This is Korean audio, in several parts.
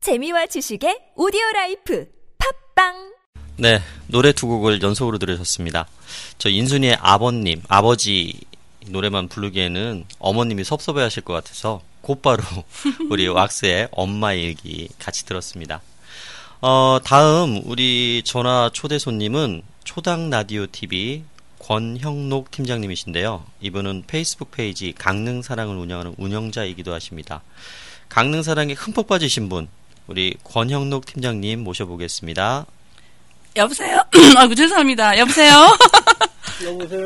재미와 지식의 오디오 라이프 팝빵 네, 노래 두 곡을 연속으로 들으셨습니다. 저 인순이의 아버님, 아버지 노래만 부르기에는 어머님이 섭섭해 하실 것 같아서 곧바로 우리 왁스의 엄마 일기 같이 들었습니다. 어, 다음 우리 전화 초대 손님은 초당 라디오 TV 권형록 팀장님이신데요. 이분은 페이스북 페이지 강릉 사랑을 운영하는 운영자이기도 하십니다. 강릉 사랑에 흠뻑 빠지신 분 우리 권형록 팀장님 모셔보겠습니다. 여보세요? 아이고, 죄송합니다. 여보세요? 여보세요.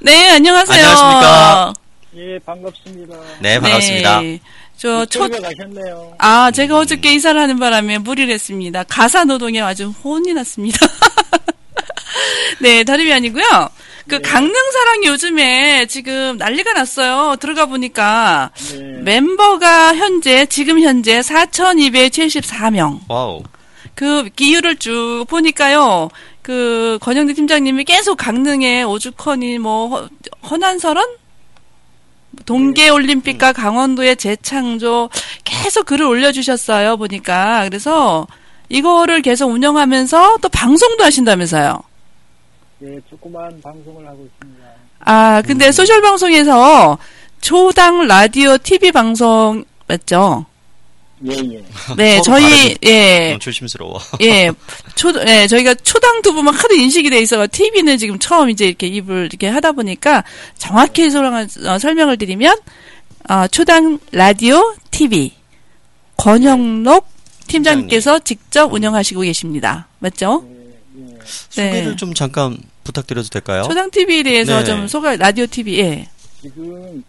네, 안녕하세요. 안녕하십니까. 예, 반갑습니다. 네, 반갑습니다. 네, 저 초, 초가 가셨네요. 아, 제가 어저께 이사를 하는 바람에 무리를 했습니다. 가사 노동에 아주 혼이 났습니다. 네, 다름이 아니고요. 네. 그 강릉사랑 요즘에 지금 난리가 났어요. 들어가 보니까 네. 멤버가 현재 지금 현재 4,274명. 와우. 그 기율을 쭉 보니까요. 그 권영대 팀장님이 계속 강릉에 오죽헌이 뭐 허- 헌안설원 동계 올림픽과 강원도의 재창조 계속 글을 올려 주셨어요. 보니까. 그래서 이거를 계속 운영하면서 또 방송도 하신다면서요. 예, 조그만 방송을 하고 있습니다. 아, 근데 소셜 방송에서 초당 라디오 TV 방송 맞죠? 예, 예. 네, 서로 저희 예. 음, 조심스러워. 예, 초, 예, 저희가 초당 두부만 하도 인식이 돼 있어가 TV는 지금 처음 이제 이렇게 입을 이렇게 하다 보니까 정확히 소랑, 어, 설명을 드리면, 어, 초당 라디오 TV 권영록 팀장님께서 직접 운영하시고 계십니다. 맞죠? 예. 소개를 좀 잠깐 부탁드려도 될까요? 초당 TV에 대해서 네. 좀 소개, 라디오 TV, 예. 지금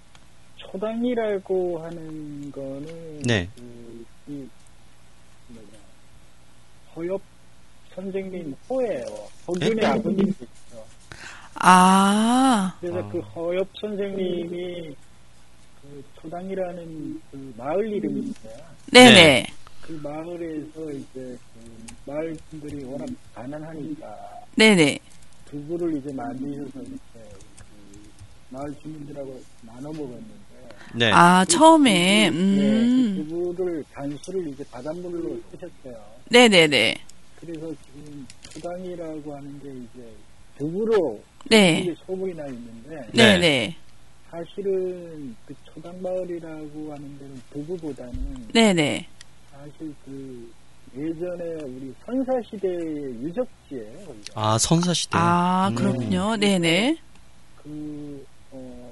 초당이라고 하는 거는 네. 그, 이 뭐냐 서엽 선생님 호예요. 허균의 예? 아버님 있죠. 아, 그래서 아. 그 허엽 선생님이 그 초당이라는 그 마을 이름인데요. 네네. 네. 그 마을에서 이제 그 마을 분들이 워낙 가난하니까 네네. 두부를 이제 만드셔서 이제 그 마을 주민들하고 나눠 먹었는데 네. 아, 처음에, 네, 그 음, 두부를 단수를 이제 바닷물로 쓰셨어요. 네네네. 그래서 지금 수당이라고 하는 게 이제 두부로 네. 이게 소문이 나 있는데 네. 네네. 사실은 그 초당마을이라고 하는 데는 두부보다는 네네. 사실 그 예전에 우리 선사시대의 유적지예요. 거기가. 아, 선사시대. 아, 음. 그렇군요. 네네. 그, 어,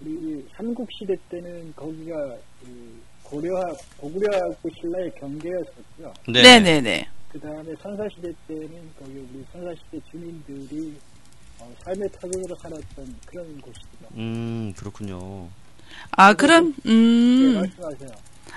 우리 삼국시대 때는 거기가 그 고려하, 고구려하고 신라의 경계였었고요. 네. 네. 네네 그 다음에 선사시대 때는 거기 우리 선사시대 주민들이 어, 삶의 타격으로 살았던 그런 곳입니다. 음, 그렇군요. 아, 그럼, 네, 음. 말씀하세요.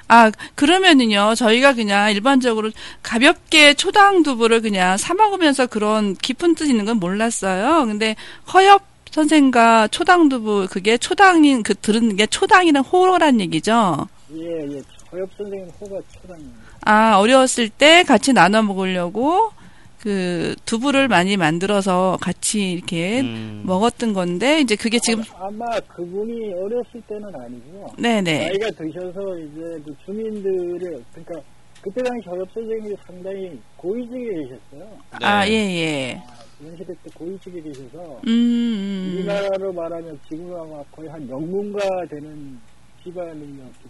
아, 그러면은요, 저희가 그냥 일반적으로 가볍게 초당 두부를 그냥 사먹으면서 그런 깊은 뜻 있는 건 몰랐어요. 근데 허엽 선생과 초당 두부, 그게 초당인, 그 들은 게 초당이랑 호로란 얘기죠. 예, 예. 허엽 선생님 호가 초당입니다. 아, 어려웠을 때 같이 나눠 먹으려고 그 두부를 많이 만들어서 같이 이렇게 음. 먹었던 건데, 이제 그게 지금, 아마 그분이 어렸을 때는 아니고요. 네네. 나이가 드셔서 이제 그 주민들의, 그러니까 그때 당시 허엽 선생님이 상당히 고위직에 계셨어요. 아, 네. 예, 예. 연시대 때 고위직에 계셔서 음, 음. 우리나라로 말하면 지금 아마 거의 한 영문가 되는 집안이었기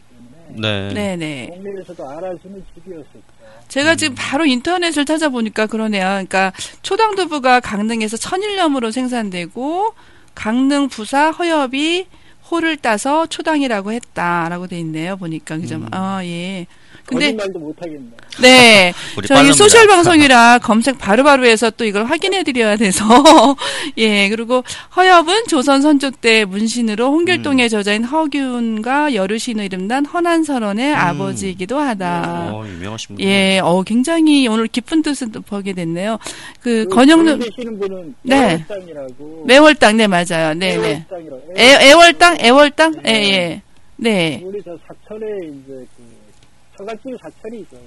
때문에 네. 네네. 동네에서도 알아주는 집이었었죠. 음. 제가 지금 바로 인터넷을 찾아보니까 그러네요. 그러니까 초당두부가 강릉에서 천일염으로 생산되고 강릉 부사 허엽이 호를 따서 초당이라고 했다라고 돼 있네요. 보니까 그죠? 음. 아 예. 근데 거짓말도 못하겠네. 네 우리 저희 빨랍니다. 소셜 방송이라 검색 바로바로 해서 또 이걸 확인해 드려야 돼서 예 그리고 허엽은 조선 선조 때 문신으로 음. 홍길동의 저자인 허균과 여르신으로 이름난 헌안설원의 음. 아버지이기도 하다. 어, 유명하신 분. 예, 어, 굉장히 오늘 깊은 뜻을 보게 됐네요. 음, 그, 건영록, 계시는 분은 네. 애월당이라고. 매월당, 네, 맞아요. 네, 네. 애월당이라고. 애, 애월당? 애월당? 예, 예. 네. 우리 저 사천에 이제 그 처갓집 사천이 있어요.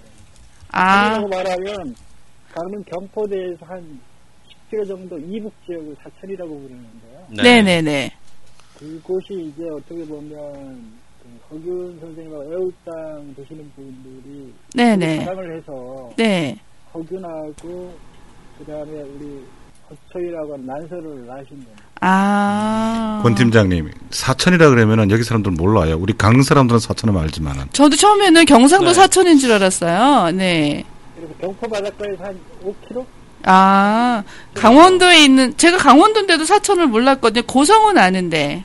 아, 사천이라고 말하면 강릉 경포대에서 한 10km 정도 이북 지역을 네. 네, 사천이라고 부르는데요. 네네네. 그곳이 이제 어떻게 보면 그 그 허균 선생님하고 애국당 되시는 분들이 네네. 사랑을 해서 네. 허균하고 그다음에 우리 허철이라고 하는 난설을 낳으신 분. 아. 권 팀장님 사천이라 그러면은 여기 사람들은 몰라요. 우리 강릉 사람들은 사천은 알지만은 저도 처음에는 경상도 네. 사천인 줄 알았어요. 네. 그리고 경포 바닷가에서 한 5km 아, 강원도에 있는, 제가 강원도인데도 사천을 몰랐거든요. 고성은 아는데.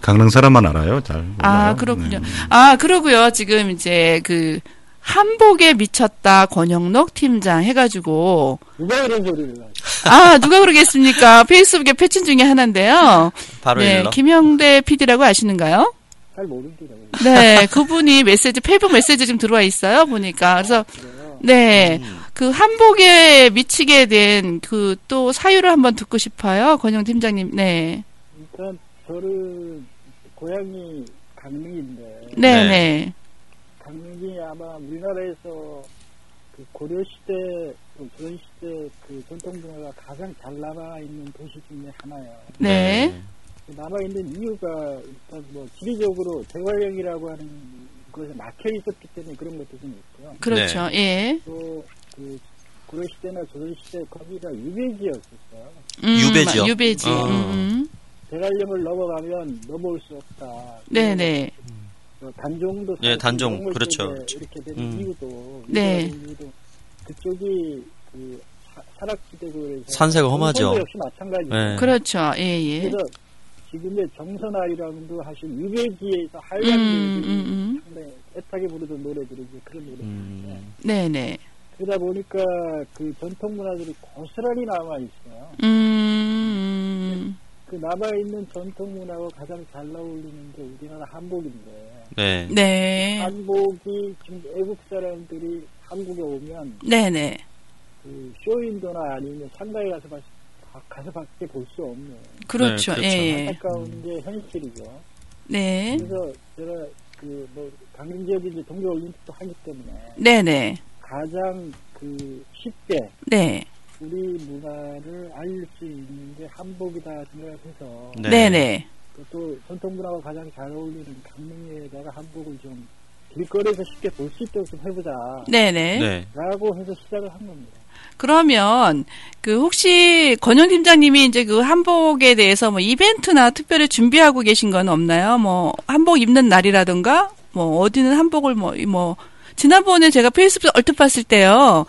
강릉 사람만 알아요. 잘 몰라요. 아, 그렇군요. 네. 아, 그러고요. 지금 이제 그, 한복에 미쳤다 권영록 팀장 해가지고, 누가 이런 소리를 하죠? 아, 누가 그러겠습니까? 페이스북에 패친 중에 하나인데요. 바로 네, 일러. 김영대 PD라고 아시는가요? 잘 모릅니다. 그래서. 네, 그분이 메시지, 페이북 메시지 지금 들어와 있어요, 보니까. 그래서, 네, 그 한복에 미치게 된 그 또 사유를 한번 듣고 싶어요, 권영 팀장님. 네, 일단 저는 고향이 강릉인데 네, 네. 네. 강릉이 아마 우리나라에서 그 고려 시대 또 조선 시대 그 전통 문화가 가장 잘 남아 있는 도시 중에 하나예요. 네. 남아 있는 이유가 일단 뭐 지리적으로 대관령이라고 하는 것에 막혀 있었기 때문에 그런 것도 좀 있고요. 그렇죠. 네. 예. 또 그 고려 시대나 조선 시대 거기가 유배지였었어요. 음, 유배지요? 유배지. 어. 음, 음. 대관령을 넘어가면 넘어올 수 없다. 네, 네. 어, 단종도 예, 사실 단종. 동물 그렇죠, 때문에 그렇죠. 이렇게 된 음. 이유도 네. 이런 이유도 그쪽이 그 사- 산악지대고 그래서 산세가 험하죠. 정선도 역시 마찬가지. 네. 그렇죠. 예, 예. 그래서 지금의 정선아리랑도 하신 유배지에서 음, 하얀 음, 음. 네, 애타게 부르던 노래들이 이제 그런 노래인데 음, 네, 네. 그러다 보니까 그 전통 문화들이 고스란히 남아 있어요. 음, 음. 그 남아 있는 전통 문화와 가장 잘 어울리는 게 우리나라 한복인데 네. 네. 한복이 지금 외국 사람들이 한국에 오면 네, 네. 그 쇼윈도나 아니면 상가에 가서 봤, 가- 가서 밖에 볼 수 없는 그렇죠. 그렇죠. 예, 예. 안타까운 게 현실이죠. 네. 그래서 제가 그뭐 강릉 지역이 이제 동계 올림픽도 하기 때문에 네, 네. 가장 그 쉽게 네. 우리 문화를 알릴 수 있는 게 한복이다 생각해서 네. 네, 네. 또 전통 문화와 가장 잘 어울리는 강릉에다가 한복을 좀 길거리에서 쉽게 볼 수 있도록 좀 해보자. 네, 네. 네. 라고 해서 시작을 한 겁니다. 그러면 그 혹시 권영 팀장님이 이제 그 한복에 대해서 뭐 이벤트나 특별히 준비하고 계신 건 없나요? 뭐 한복 입는 날이라든가 뭐 어디는 한복을 뭐 이 뭐 지난번에 제가 페이스북 얼핏 봤을 때요.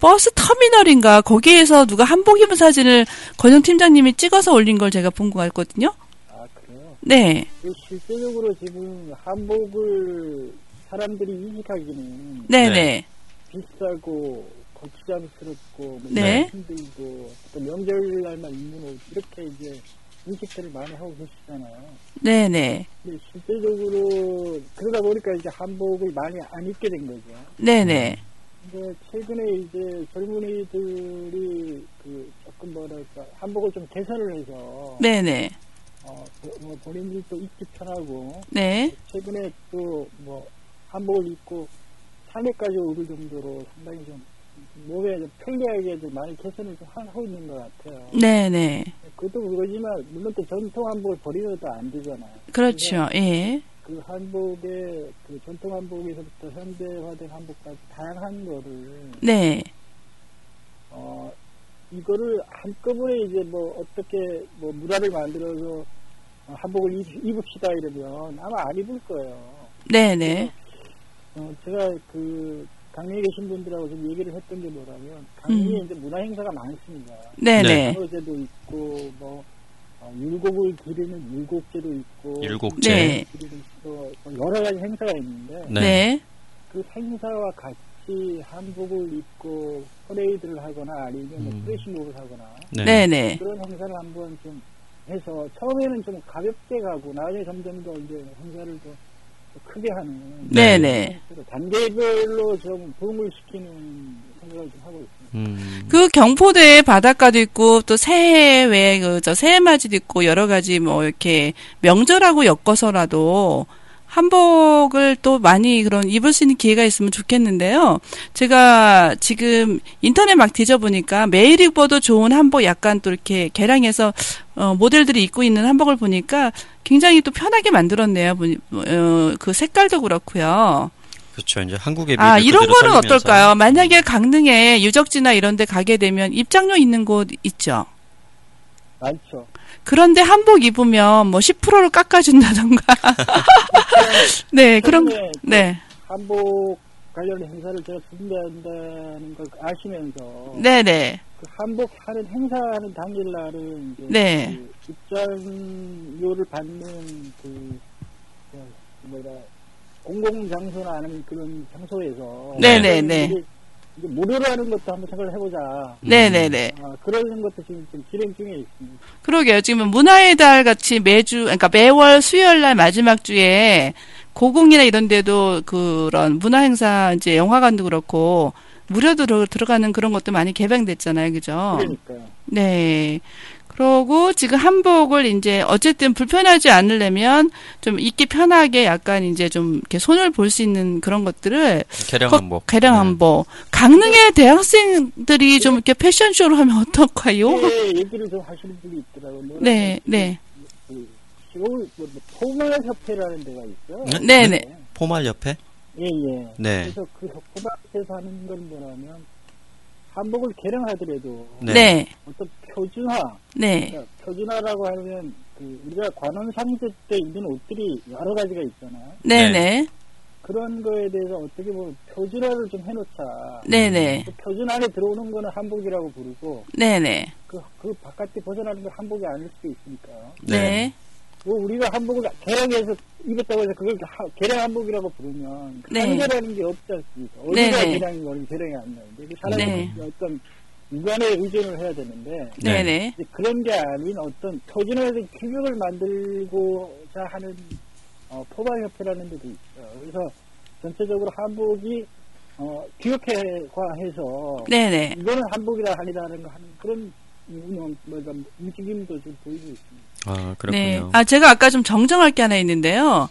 버스 터미널인가 거기에서 누가 한복 입은 사진을 권영 팀장님이 찍어서 올린 걸 제가 본 것 같거든요. 아 그래요? 네. 그 실제적으로 지금 한복을 사람들이 인식하기는 네, 네. 네. 비싸고 거추장스럽고 뭐 네. 힘들고 또 명절날만 입는 옷 이렇게 이제 인식들을 많이 하고 계시잖아요. 네, 네. 근데 실제적으로 그러다 보니까 이제 한복을 많이 안 입게 된 거죠. 네, 네. 근데 최근에 이제 젊은이들이 그 조금 뭐랄까 한복을 좀 개선을 해서 네, 네. 어, 보- 뭐 본인들도 입기 편하고 네. 최근에 또 뭐 한복을 입고 산에까지 오를 정도로 상당히 좀 몸에 좀 편리하게 좀 많이 개선을 좀 하- 하고 있는 것 같아요. 네, 네. 그것도 그거지만 물론 또 전통 한복을 버리면 또 안 되잖아요. 그렇죠. 예. 그 한복의 그 전통 한복에서부터 현대화된 한복까지 다양한 거를 네. 어 이거를 한꺼번에 이제 뭐 어떻게 뭐 문화를 만들어서 어, 한복을 입, 입읍시다 이러면 아마 안 입을 거예요. 네, 네. 어, 제가 그 강릉에 계신 분들하고 좀 얘기를 했던 게 뭐라면 강릉에 이제 문화 행사가 많습니다. 네, 네. 네. 한어제도 있고 뭐 어, 율곡을 기르는 율곡제도 있고 일곱째. 네. 그리고 또 여러 가지 행사가 있는데 네. 네. 그 행사와 같이 한복을 입고 퍼레이드를 하거나 아니면 뭐 음. 프레시몹을 하거나 네. 네, 네. 그런 행사를 한번 좀 해서 처음에는 좀 가볍게 가고 나중에 점점 더 이제 행사를 더 크게 하는 네. 네, 네. 그래서 단계별로 좀 부흥을 시키는 생각을 좀 하고 있습니다. 음, 그 경포대에 바닷가도 있고 또 새해 외에 그저 새해맞이도 있고 여러 가지 뭐 이렇게 명절하고 엮어서라도 한복을 또 많이 그런 입을 수 있는 기회가 있으면 좋겠는데요. 제가 지금 인터넷 막 뒤져보니까 매일 입어도 좋은 한복 약간 또 이렇게 개량해서 어, 모델들이 입고 있는 한복을 보니까 굉장히 또 편하게 만들었네요. 보니- 어, 그 색깔도 그렇고요. 그렇죠. 이제 한국의 아, 미를 이런 그대로 거는 살리면서. 어떨까요? 만약에 강릉에 유적지나 이런 데 가게 되면 입장료 있는 곳 있죠. 많죠. 그런데 한복 입으면 뭐 10%를 깎아준다던가. 네, 그런, 최근에 네. 한복 관련 행사를 제가 준비한다는 걸 아시면서 네네. 그 한복하는 행사하는 당일날은 이제 네. 그 입장료를 받는 그 어, 뭐라 공공 장소나 하는 그런 장소에서 네, 네, 네. 이제- 이제 무료로 하는 것도 한번 생각을 해보자. 네네네. 아, 그러는 것도 지금 좀 진행 중에 있습니다. 그러게요. 지금 문화의 달 같이 매주, 그러니까 매월 수요일 날 마지막 주에 고궁이나 이런 데도 그런 문화행사, 이제 영화관도 그렇고, 무료 들어, 들어가는 그런 것도 많이 개방됐잖아요. 그죠? 그러니까요. 네. 그러고 지금 한복을 이제 어쨌든 불편하지 않으려면 좀 입기 편하게 약간 이제 좀 이렇게 손을 볼 수 있는 그런 것들을 개량 거- 한복. 네. 개량 한복. 네. 강릉의 대학생들이 좀 이렇게 패션쇼를 하면 어떨까요? 예, 얘기를 좀 하시는 분이 있더라고요. 뭐라고 네, 네. 그 서울 뭐, 뭐 포괄 협회라는 데가 있어요. 네? 네, 네. 포말 협회? 예, 예. 네. 그래서 그 협회에서 하는 건 뭐냐면 한복을 개량하더라도 네. 네. 어떤 표준화, 네. 그러니까 표준화라고 하면 그 우리가 관원 상제 때 입는 옷들이 여러 가지가 있잖아요. 네, 네. 네. 그런 거에 대해서 어떻게 보면 표준화를 좀 해놓자. 네, 네. 그 표준 안에 들어오는 거는 한복이라고 부르고 네, 네. 그, 그 바깥에 벗어나는 건 한복이 아닐 수도 있으니까요. 네. 뭐 우리가 한복을 개량해서 입었다고 해서 그걸 하- 개량 한복이라고 부르면 그 네. 한계라는 게 없지 않습니까? 네, 어디가 네. 개량인 거는 개량이 안 나는데 그 사람이 네. 어떤 무관에 의존을 해야 되는데 네, 네. 이제 그런 게 아닌 어떤 표준화된 규격을 만들고자 하는 어, 포괄협회라는 데도 있어요. 그래서 전체적으로 한복이 어, 규격화해서 네, 네. 이거는 한복이라 아니라는 거 하는 그런 운영, 뭐랄까, 움직임도 좀 보이고 있습니다. 아, 네. 그렇군요. 아, 제가 아까 좀 정정할 게 하나 있는데요.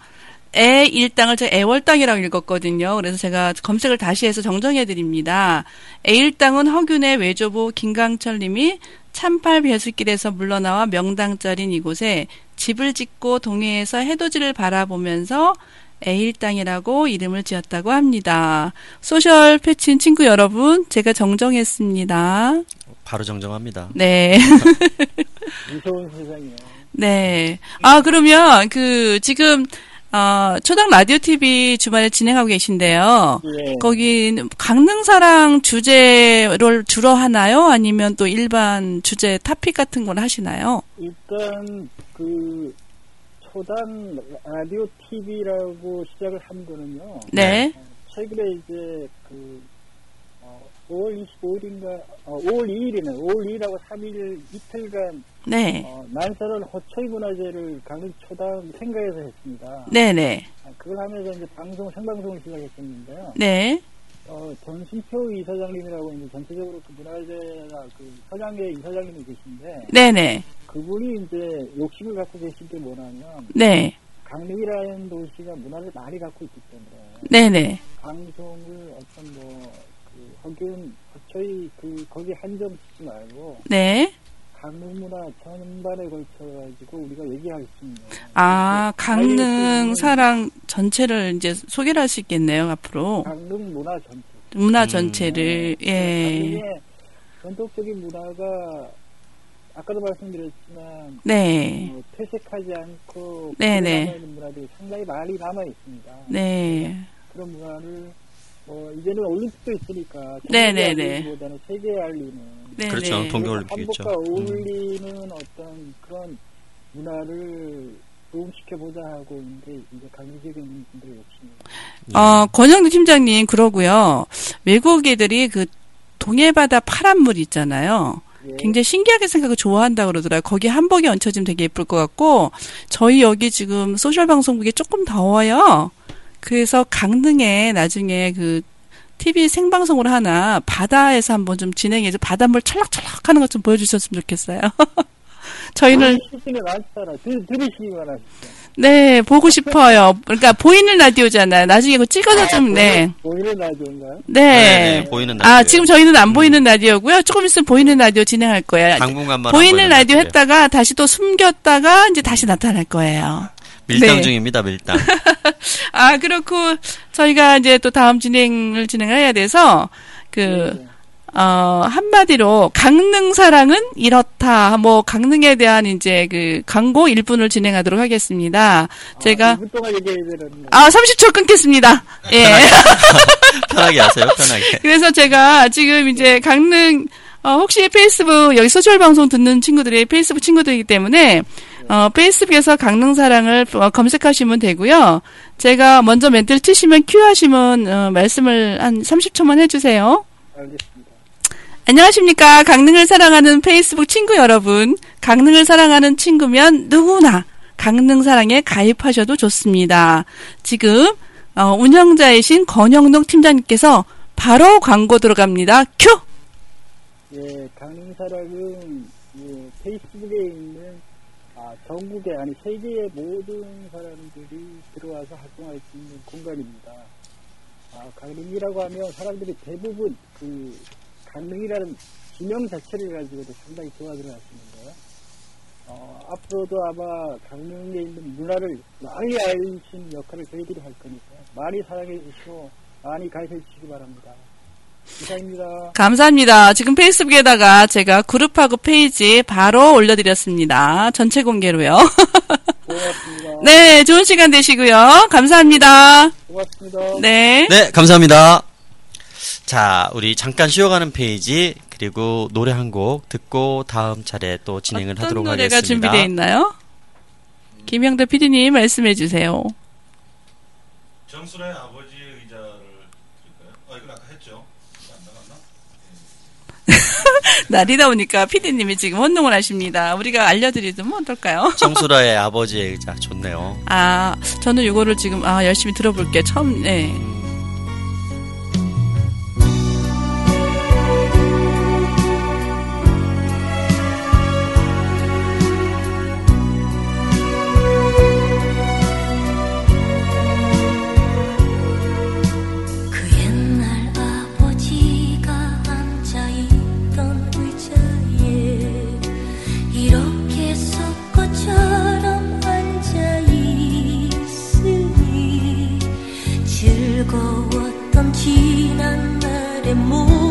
애 일당을 제가 애월당이라고 읽었거든요. 그래서 제가 검색을 다시 해서 정정해 드립니다. 애 일당은 허균의 외조부 김강철 님이 참팔 배수길에서 물러나와 명당 자린 이곳에 집을 짓고 동해에서 해돋이를 바라보면서 애일당이라고 이름을 지었다고 합니다. 소셜 패친 친구 여러분, 제가 정정했습니다. 바로 정정합니다. 네. 무서운 세상이에요. 네. 아, 그러면 그 지금 어, 초당 라디오 TV 주말에 진행하고 계신데요. 예. 거긴 강릉사랑 주제를 주로 하나요? 아니면 또 일반 주제 탑픽 같은 걸 하시나요? 일단, 그, 초단 라디오 TV라고 시작을 한 거는요. 네. 최근에 이제, 그, 어, 5월 25일인가, 어, 5월 2일이네. 5월 2일하고 3일 이틀간, 네. 어, 난설은 호초이 문화제를 강릉 초단 생가에서 했습니다. 네, 네. 아, 그걸 하면서 이제 방송, 생방송을 시작했었는데요. 네. 어, 전순표 이사장님이라고 이제 전체적으로 그 문화재나 그 서장계 이사장님이 계신데 네, 네. 그분이 이제 욕심을 갖고 계신 게 뭐냐면 네. 강릉이라는 도시가 문화를 많이 갖고 있기 때문에 네, 네. 방송을 어떤 뭐그 허균 거쳐이 그 거기 한정 짓지 말고 네. 강릉 문화 전반에 걸쳐 가지고 우리가 얘기할 수 있는 아, 강릉사랑 전체를 이제 소개를 할 수 있겠네요, 앞으로. 강릉 문화 전체 문화 음. 전체를. 예. 강릉의 전통적인 문화가 아까도 말씀드렸지만 네. 어, 퇴색하지 않고 네네. 남아 있는 문화들이 상당히 많이 남아 있습니다. 네. 그런 문화를 뭐 이제는 올림픽도 있으니까 네네네. 보다는 세계에 알리는 네. 그렇죠. 네. 동계올림픽 있죠. 한복과 음. 어울리는 어떤 그런 문화를 부흥시켜 보자 하고 있는데 이제 강제적인 분들이 욕심입니다. 어, 권영두 팀장님, 그러고요. 외국 애들이 그 동해바다 파란 물 있잖아요. 예. 굉장히 신기하게 생각을 좋아한다 그러더라고요. 거기 한복이 얹혀지면 되게 예쁠 것 같고, 저희 여기 지금 소셜방송국이 조금 더워요. 그래서 강릉에 나중에 그 TV 생방송을 하나 바다에서 한번 좀 진행해서 바닷물 찰락찰락 하는 것 좀 보여주셨으면 좋겠어요. 저희는 시중에 많잖아. 들, 들으시기만 하십시오. 네 보고 싶어요. 그러니까 보이는 라디오잖아요. 나중에 그거 찍어서 좀 네. 뭐 보이는 라디오인가요? 네. 네, 보이는 라디오. 아 지금 저희는 안 보이는 라디오고요. 조금 있으면 보이는 라디오 진행할 거예요. 당분간만 보이는 라디오 했다 했다가 다시 또 숨겼다가 이제 다시 나타날 거예요. 밀당 네. 중입니다. 밀당. 아 그렇고 저희가 이제 또 다음 진행을 진행해야 돼서 그 네. 어, 한마디로 강릉 사랑은 이렇다. 뭐 강릉에 대한 이제 그 광고 1분을 진행하도록 하겠습니다. 아, 제가 2분 동안 얘기해야 되는데. 아, 30초 끊겠습니다. 예. 편하게 하세요. 편하게. 그래서 제가 지금 이제 강릉 어, 혹시 페이스북 여기 소셜 방송 듣는 친구들이 페이스북 친구들이기 때문에 어, 페이스북에서 강릉 사랑을 어, 검색하시면 되고요. 제가 먼저 멘트를 치시면 큐 하시면 어, 말씀을 한 30초만 해주세요. 알겠습니다. 안녕하십니까. 강릉을 사랑하는 페이스북 친구 여러분. 강릉을 사랑하는 친구면 누구나 강릉 사랑에 가입하셔도 좋습니다. 지금 어, 운영자이신 권영록 팀장님께서 바로 광고 들어갑니다. 큐! 예, 강릉사랑은 예, 페이스북에 있는 아, 전국의 아니 세계의 모든 사람들이 들어와서 활동할 수 있는 공간입니다. 아, 강릉이라고 하면 사람들이 대부분 그 강릉이라는 지명 자체를 가지고도 상당히 좋아들어 하시는데요. 어, 앞으로도 아마 강릉에 있는 문화를 많이 알리신 역할을 저희들이 할 거니까 많이 사랑해 주시고 많이 가입해 주시기 바랍니다. 이상입니다. 감사합니다. 지금 페이스북에다가 제가 그룹하고 페이지 바로 올려드렸습니다. 전체 공개로요. 고맙습니다. 네, 좋은 시간 되시고요. 감사합니다. 고맙습니다. 네. 네, 감사합니다. 자, 우리 잠깐 쉬어가는 페이지 그리고 노래 한 곡 듣고 다음 차례 또 진행을 어떤 하도록 노래가 하겠습니다. 준비되어 있나요? 김영대 PD님 말씀해 주세요. 정수라의 아버지의 의자를 드릴까요? 아 이건 아까 했죠. 이거 안 나갔나? 날이 더우니까 PD님이 지금 혼동을 하십니다. 우리가 알려드리면 어떨까요? 청수라의 아버지의 의자 좋네요. 아, 저는 이거를 지금 아 열심히 들어볼게요. 처음, 네. 그 옛날 아버지가 앉아있던 의자에 이렇게 석고처럼 앉아있으니 즐거웠던 지난날의 모습 그그그